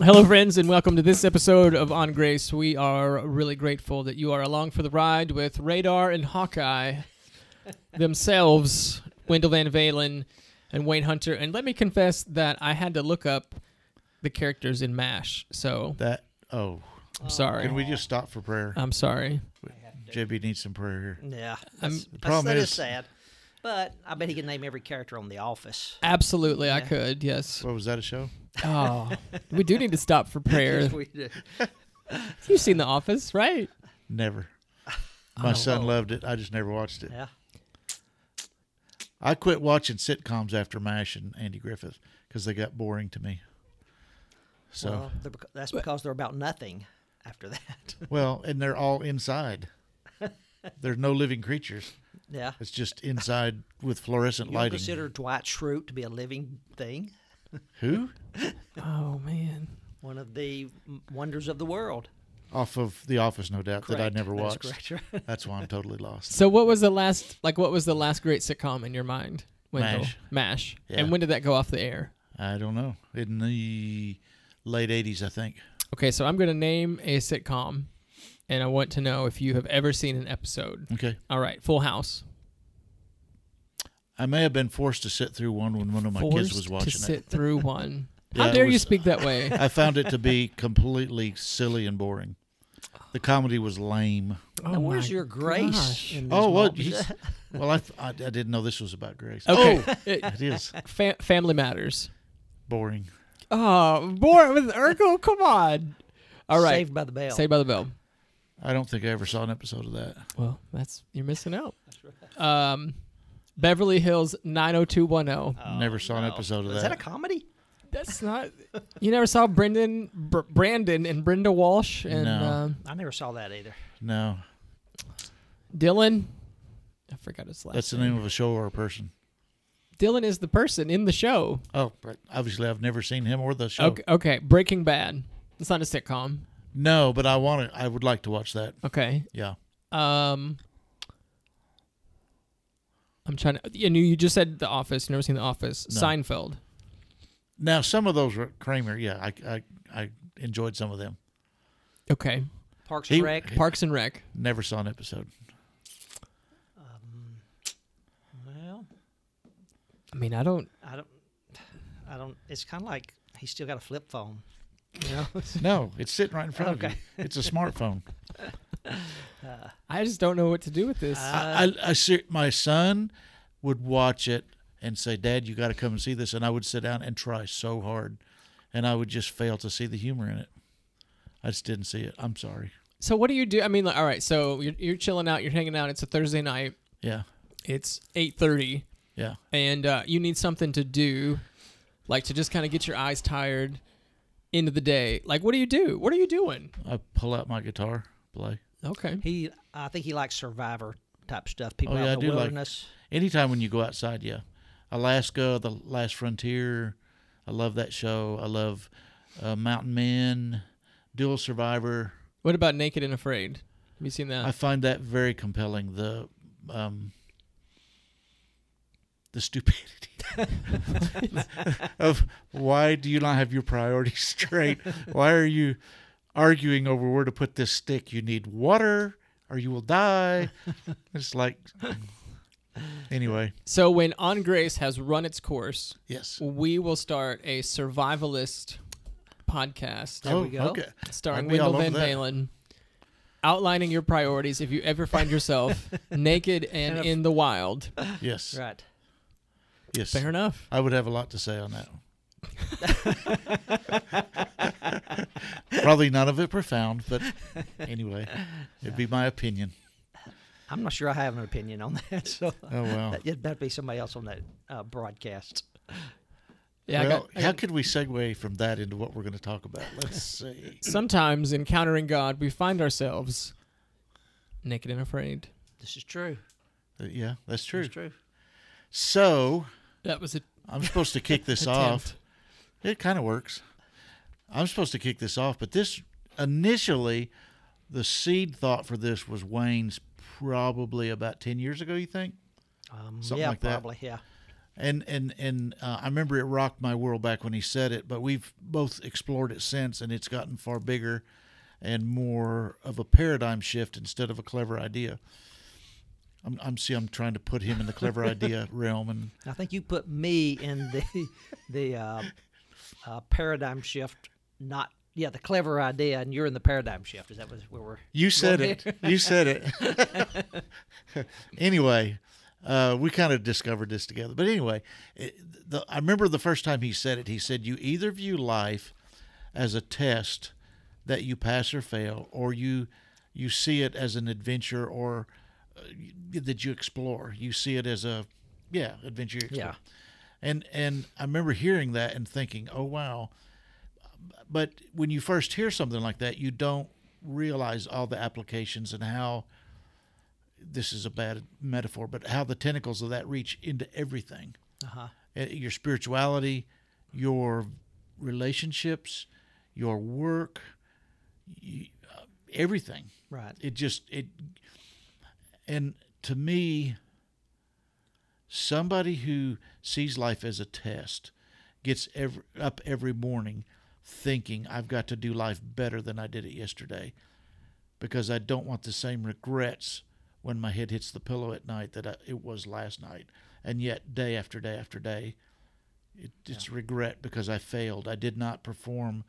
Hello, friends, and welcome to this episode of On Grace. We are really grateful that you are along for the ride with Radar and Hawkeye themselves, Wendell Van Valen and Wayne Hunter. And let me confess that I had to look up the characters in MASH, so That oh, I'm sorry. can we just stop for prayer? Uh, I'm sorry. JB needs some prayer here. Yeah, I'm- that's, The that's, Um, problem that is is- sad. But I bet he can name every character on The Office. Absolutely, I could, yes. What was that a show? Oh, we do need to stop for prayer. We do. You've seen The Office, right? Never. My son loved it. I just never watched it. Oh, Yeah, I quit watching sitcoms after Mash and Andy Griffith because they got boring to me. So well, they're bec- that's because they're about nothing after that. well, and they're all inside. There's no living creatures. yeah, It's just inside with fluorescent you don't lighting. consider Dwight Schrute to be a living thing, Who? Oh, man. one of the m- wonders of the world. Off of The Office, no doubt that I Correct. never That's watched. correct. That's why I'm totally lost. So what was the last like what was the last great sitcom in your mind? Wendell? MASH. MASH. Yeah. And when did that go off the air? I don't know. In the late '80s, I think. Okay, so I'm going to name a sitcom and I want to know if you have ever seen an episode. Okay. All right, Full House. I may have been forced to sit through one when one of my kids was Forced watching to it. sit through one. Yeah, How it dare you was- speak that way? I found it to be completely silly and boring. The comedy was lame. Oh now, where's my your grace? gosh. in these Oh, well, moments? he's- well I, I, I didn't know this was about Grace. Okay. Oh, It- it is fa- family Matters. boring. Oh, boy, with Urkel, come on. All right. Saved by the Bell. Saved by the Bell. I don't think I ever saw an episode of that. Well, that's you're missing out. Um, Beverly Hills 90210. Never saw an Oh, no. episode of Is that. that a comedy? That's not. You never saw Brendan, Br- Brandon, and Brenda Walsh and No. um, I never saw that either. No, Dylan. I forgot his last. that's the name of a show or a person. Dylan is the person in the show. Oh, but obviously I've never seen him or the show. Okay, okay. Breaking Bad. It's not a sitcom. No, but I want to. I would like to watch that. Okay. Yeah. Um. I'm trying to. You know, you just said The Office. You never seen The Office. No. Seinfeld. Now some of those were Kramer. Yeah, I I, I enjoyed some of them. Okay. Parks He- and Rec. Parks and Rec. Never saw an episode. Um, Well, I mean, I don't. I don't. I don't. It's kind of like he's still got a flip phone. You know. No, it's sitting right in front of Okay. you. It's a smartphone. I just don't know what to do with this. I, I, I ser- my son would watch it and say, "Dad, you got to come and see this," and I would sit down and try so hard, and I would just fail to see the humor in it. I just didn't see it. I'm sorry. so what do you do? I mean, like, all right. So you're, you're chilling out. You're hanging out. It's a Thursday night. Yeah, It's eight thirty. yeah. and uh, you need something to do, like to just kind of get your eyes tired into the day. Like, what do you do? What are you doing? I pull out my guitar, play. Okay. He, I think he likes Survivor type stuff. People Oh, out yeah, in I the do like- wilderness. Anytime when you go outside, yeah. Alaska, The Last Frontier. I love that show. I love uh, Mountain Men, Dual Survivor. What about Naked and Afraid? Have you seen that? I find that very compelling. The um, the stupidity of why do you not have your priorities straight? Why are you arguing over where to put this stick? You need water, or you will die. It's like anyway. so when On Grace has run its course, Yes. we will start a survivalist podcast There we go. Oh, Okay. starring I'd be all Wendell Van over that. Dalen. Outlining your priorities if you ever find yourself naked and, And a- in the wild. Yes. Right. Yes. Fair enough. I would have a lot to say on that. Probably none of it profound, but anyway, it'd be my opinion. I'm not sure I have an opinion on that. So Oh wow! it better be somebody else on that uh, broadcast. Yeah. I well, got- I how got, could we segue from that into what we're going to talk about? Let's see. sometimes encountering God, we find ourselves naked and afraid. This is true. Uh, Yeah, that's true. It's true. So That was a I'm supposed to kick this off. attempt. It kind of works. I'm supposed to kick this off, but this initially, the seed thought for this was Wayne's probably about ten years ago. You think? Um, Something yeah, like that. probably. Yeah. and and and uh, I remember it rocked my world back when he said it. But we've both explored it since, and it's gotten far bigger and more of a paradigm shift instead of a clever idea. I'm, I'm see, I'm trying to put him in the clever idea realm, and I think you put me in the the uh, uh, paradigm shift. Not yeah, the clever idea, and you're in the paradigm shift. Is that was where we're? you said it. You said it. anyway, uh, we kind of discovered this together. But anyway, it, the, I remember the first time he said it. He said, "You either view life as a test that you pass or fail, or you you see it as an adventure or uh, y- that you explore. You see it as a yeah adventure. you explore." Yeah. And and I remember hearing that and thinking, "Oh wow." But when you first hear something like that, you don't realize all the applications and how this is a bad metaphor, but how the tentacles of that reach into everything Uh huh. Uh, your spirituality, your relationships, your work, you, uh, everything. Right. It just, it, and to me, somebody who sees life as a test gets every, up every morning thinking, I've got to do life better than I did it yesterday because I don't want the same regrets when my head hits the pillow at night that I, it was last night. And yet, day after day after day, it, it's regret because I failed. I did not perform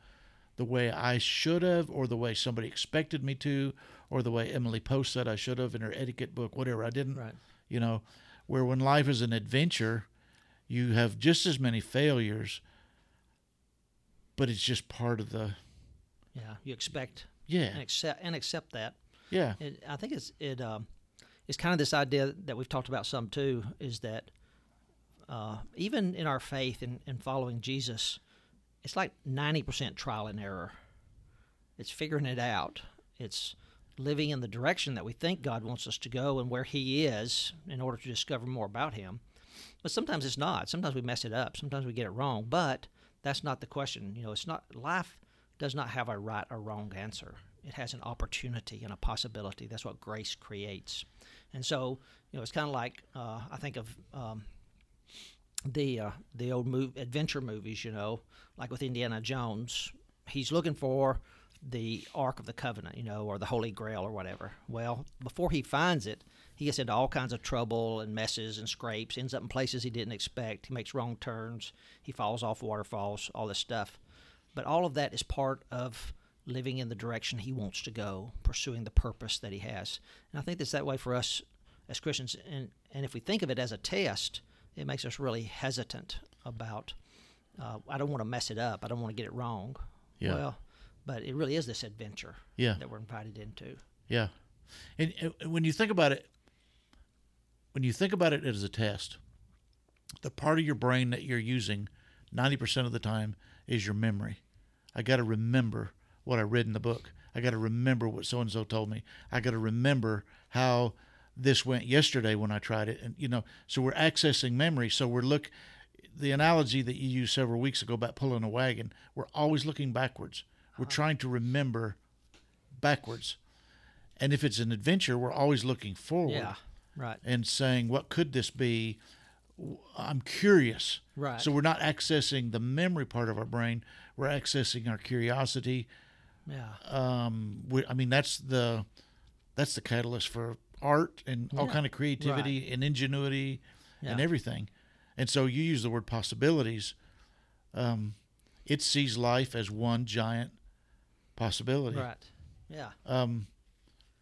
the way I should have, or the way somebody expected me to, or the way Emily Post said I should have in her etiquette book, whatever. I didn't, Right. you know, where when life is an adventure, you have just as many failures, but it's just part of the, Yeah. You expect and yeah, accept and accept that. yeah, It, I think it's it um, it's kind of this idea that we've talked about some too is that uh, even in our faith and, and following Jesus, it's like ninety percent trial and error. It's figuring it out. It's living in the direction that we think God wants us to go and where He is in order to discover more about Him. But sometimes it's not. Sometimes we mess it up. Sometimes we get it wrong. But that's not the question. You know, it's not life does not have a right or wrong answer. It has an opportunity and a possibility. That's what grace creates. And so, you know, it's kind of like uh, I think of um, the uh, the old move, adventure movies. You know, like with Indiana Jones, he's looking for the Ark of the Covenant, you know, or the Holy Grail or whatever. Well, before he finds it, he gets into all kinds of trouble and messes and scrapes. Ends up in places he didn't expect. He makes wrong turns. He falls off waterfalls. All this stuff. But all of that is part of living in the direction he wants to go, pursuing the purpose that he has. And I think it's that way for us as Christians. And, and if we think of it as a test, it makes us really hesitant about, uh, I don't want to mess it up. I don't want to get it wrong. Yeah. Well, but it really is this adventure yeah. that we're invited into. Yeah, and, and when you think about it, when you think about it as a test, the part of your brain that you're using ninety percent of the time is your memory. I got to remember what I read in the book. I got to remember what so and so told me. I got to remember how this went yesterday when I tried it, and you know. So we're accessing memory. So we're look. The analogy that you used several weeks ago about pulling a wagon, we're always looking backwards. We're trying to remember backwards. And if it's an adventure, we're always looking forward Yeah. Right. and saying, what could this be? W- I'm curious. Right. So we're not accessing the memory part of our brain, we're accessing our curiosity. Yeah. Um, we, I mean, that's the that's the catalyst for art and all kind of creativity and ingenuity and Yeah. everything. And so you use the word possibilities. Um, it sees life as one giant possibility Right. Yeah. Um,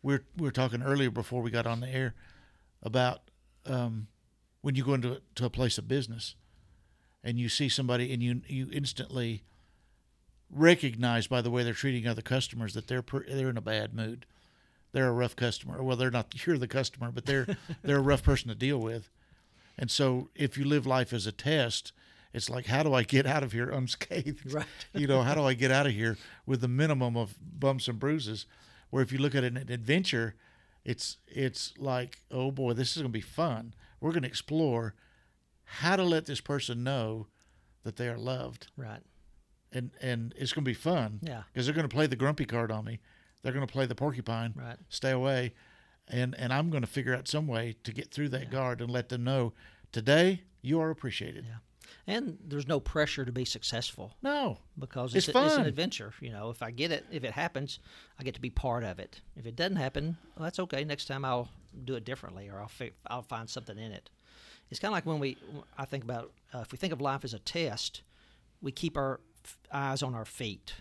we're we were talking earlier before we got on the air about um, when you go into to a place of business and you see somebody and you you instantly recognize by the way they're treating other customers that they're per, they're in a bad mood. They're a rough customer. Well, they're not you're the customer, but they're they're a rough person to deal with. And so if you live life as a test, it's like how do I get out of here unscathed? Right. you know, how do I get out of here with the minimum of bumps and bruises? Where if you look at an adventure, it's it's like, oh boy, this is going to be fun. We're going to explore how to let this person know that they are loved, Right. and and it's going to be fun. Yeah. because they're going to play the grumpy card on me. They're going to play the porcupine. Right. Stay away, and and I'm going to figure out some way to get through that guard and let them know Today, you are appreciated. Yeah. And there's no pressure to be successful No, because It's it's, a- it's fun. an adventure. You know, if I get it, if it happens, I get to be part of it. If it doesn't happen, well, that's okay. Next time I'll do it differently, or I'll fi- I'll find something in it. It's kind of like when we I think about uh, if we think of life as a test, we keep our f- eyes on our feet.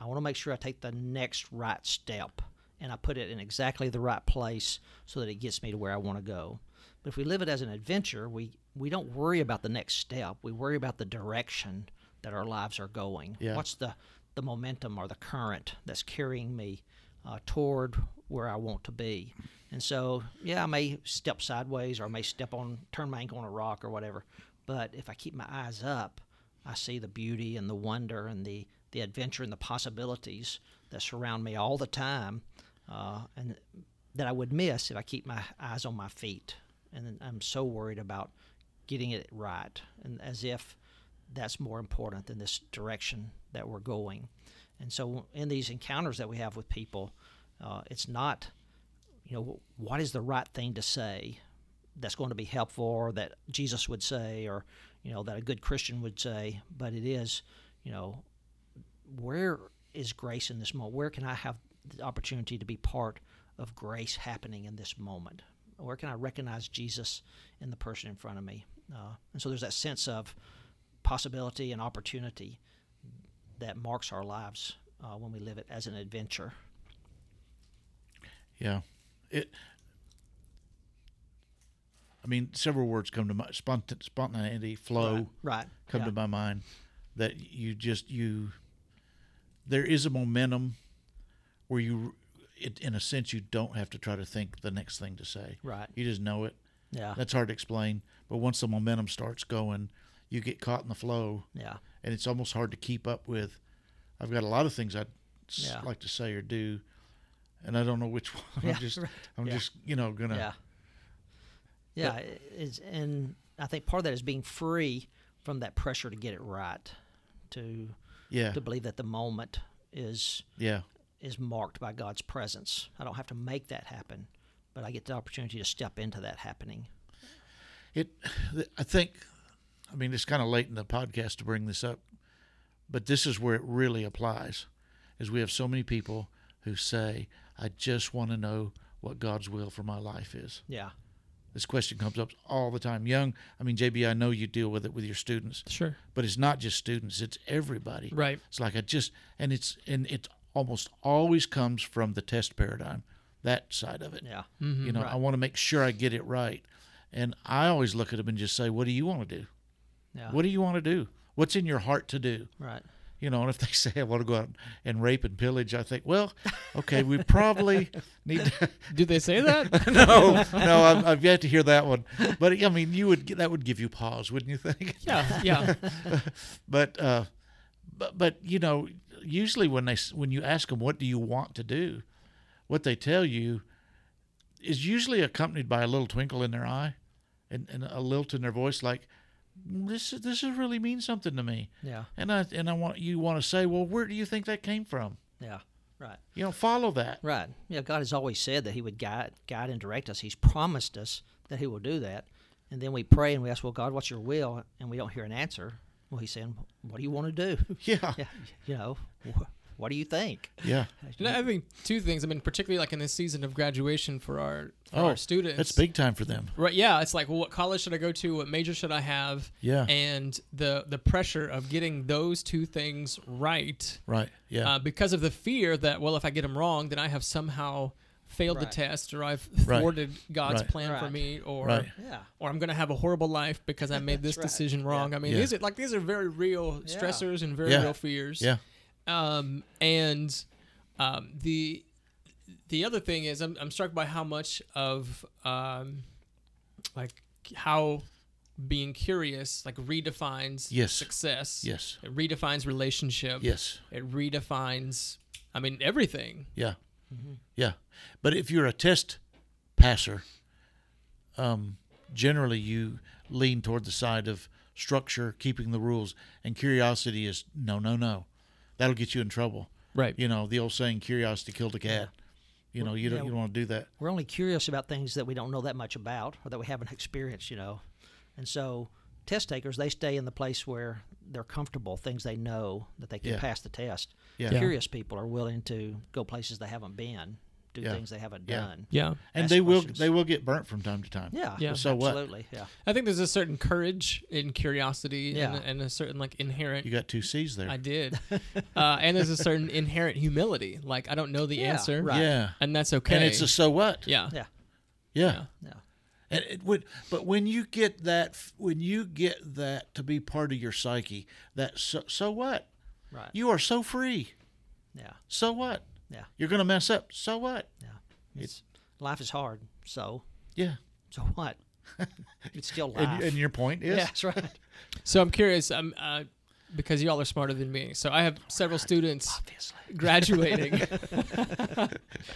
I want to make sure I take the next right step and I put it in exactly the right place so that it gets me to where I want to go. But if we live it as an adventure, we we don't worry about the next step. We worry about the direction that our lives are going. Yeah. What's the the momentum or the current that's carrying me uh, toward where I want to be? And so, yeah, I may step sideways or I may step on, turn my ankle on a rock or whatever. But if I keep my eyes up, I see the beauty and the wonder and the, the adventure and the possibilities that surround me all the time, uh, and that I would miss if I keep my eyes on my feet. And then I'm so worried about getting it right, and as if that's more important than this direction that we're going. And so, in these encounters that we have with people, uh, it's not, you know, what is the right thing to say that's going to be helpful or that Jesus would say or, you know, that a good Christian would say, but it is, you know, where is grace in this moment? Where can I have the opportunity to be part of grace happening in this moment? Where can I recognize Jesus in the person in front of me? Uh, and so there's that sense of possibility and opportunity that marks our lives uh, when we live it as an adventure. yeah. It. I mean, several words come to mind: Spontan- spontaneity, flow. right. right, come yeah. to my mind that you just you there is a momentum where you it, in a sense you don't have to try to think the next thing to say Right. you just know it Yeah. that's hard to explain but once the momentum starts going you get caught in the flow yeah. and it's almost hard to keep up with i've got a lot of things i'd s Yeah. like to say or do and i don't know which one Yeah, i'm just right. i'm Yeah. just you know gonna Yeah. Yeah. i- It's, and I think part of that is being free from that pressure to get it right, to yeah to believe that the moment is yeah is marked by God's presence. I don't have to make that happen, but I get the opportunity to step into that happening. It, th- I think, I mean, it's kind of late in the podcast to bring this up, but this is where it really applies, is we have so many people who say, "I just want to know what God's will for my life is." Yeah. This question comes up all the time. Young, I mean, JB, I know you deal with it with your students, Sure. but it's not just students; it's everybody. Right. It's like I just, and it's, and it almost always comes from the test paradigm, that side of it Yeah. Mm-hmm, you know right. i want to make sure i get it right and i always look at them and just say what do you want to do Yeah. what do you want to do what's in your heart to do Right. you know and if they say i want to go out and rape and pillage i think well okay we probably need to Do they say that? no no I've, I've yet to hear that one but i mean you would that would give you pause wouldn't you think yeah. Yeah. but uh but, but you know usually when they s- when you ask them what do you want to do what they tell you is usually accompanied by a little twinkle in their eye and, and a lilt in their voice like this is- this is really means something to me Yeah. and i and i want you want to say well where do you think that came from Yeah. Right. you know follow that Right. Yeah, God has always said that He would guide, guide and direct us. He's promised us that He will do that. And then we pray and we ask, "Well, God, what's Your will?" And we don't hear an answer. Well, He's saying, "What do you want to do? yeah yeah, you know, wh- what do you think?" yeah And I think two things. I mean, particularly like in this season of graduation for our for Oh, our students. that's big time for them Right. Yeah. It's like, well, what college should I go to? What major should I have? Yeah. And the the pressure of getting those two things right, right yeah uh, because of the fear that, well, if I get them wrong, then I have somehow failed the Right. test, or I've Right. thwarted God's Right. plan for Right. me, or Right. Yeah. or I'm gonna have a horrible life because I made this right. decision wrong. I mean, Yeah. these are like these are very real Yeah. stressors and very Yeah. real fears yeah um, and um, the the other thing is I'm, I'm struck by how much of um, like how being curious like redefines Yes. success yes it redefines relationship yes it redefines i mean everything Yeah. Yeah. But if you're a test passer, um, generally you lean toward the side of structure, keeping the rules, and curiosity is no, no, no. That'll get you in trouble. right You know, the old saying, curiosity killed a cat. You know, you don't, yeah. you don't want to do that. We're only curious about things that we don't know that much about or that we haven't experienced, you know. And so test takers, they stay in the place where they're comfortable, things they know that they can Yeah. pass the test. Yeah. Yeah. Curious people are willing to go places they haven't been, do Yeah. things they haven't Yeah. done. Yeah. and Ask they will questions. they will get burnt from time to time. Yeah. Yeah. So what? Absolutely. Yeah. I think there's a certain courage in curiosity Yeah. and, and a certain like You inherent. got two C's there. I did, uh, and there's a certain inherent humility. Like I don't know the Yeah, answer, right. Yeah. and that's okay. And it's a so what. yeah, Yeah. Yeah. Yeah. And it would, but when you get that, f- when you get that to be part of your psyche, that so, so what? Right. You are so free. yeah. So what? Yeah. You're gonna mess up. So what? Yeah. It's, life is hard. So, Yeah. so what? It's still life. And, and your point is, yeah, that's right. So I'm curious, um, uh, because y'all are smarter than me. So I have several students Obviously. graduating.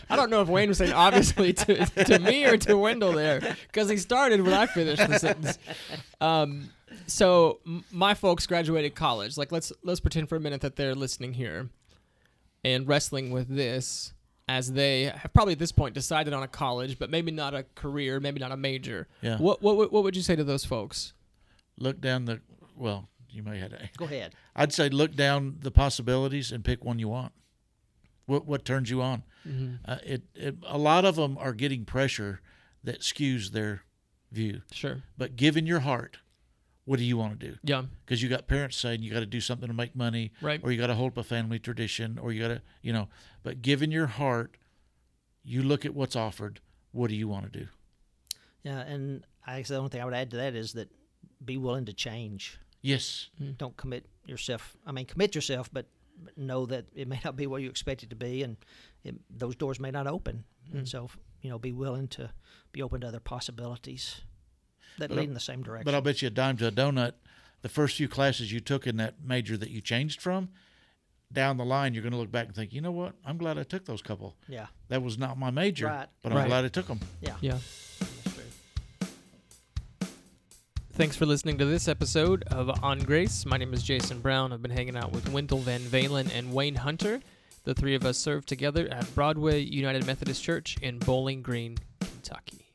I don't know if Wayne was saying obviously to, to me or to Wendell there, because he started when I finished the sentence. Um, so m- my folks graduated college. Like let's let's pretend for a minute that they're listening here, and wrestling with this as they have probably at this point decided on a college, but maybe not a career, maybe not a major. Yeah. What what would- what would you say to those folks? look down the. Well, you may have. To, Go ahead. I'd say look down the possibilities and pick one you want. What what turns you on? Mm-hmm. Uh, it, it a lot of them are getting pressure that skews their view. Sure. But given your heart, what do you want to do? Yeah. because you got parents saying you got to do something to make money, Right. Or you got to hold up a family tradition, or you got to, you know. But given your heart, you look at what's offered. What do you want to do? Yeah, and I guess the only thing I would add to that is that be willing to change. Yes, Mm-hmm. Don't commit yourself. I mean, commit yourself, but but know that it may not be what you expect it to be, and it, those doors may not open. And so, you know, be willing to be open to other possibilities that But lead I- in the same direction. but I'll bet you a dime to a donut. The first few classes you took in that major that you changed from, down the line you're going to look back and think, you know what? I'm glad I took those couple. yeah, That was not my major, Right. but I'm Right. glad I took them. yeah, Yeah. that's true. Thanks for listening to this episode of On Grace. My name is Jason Brown. I've been hanging out with Wendell Van Valen and Wayne Hunter. The three of us serve together at Broadway United Methodist Church in Bowling Green, Kentucky.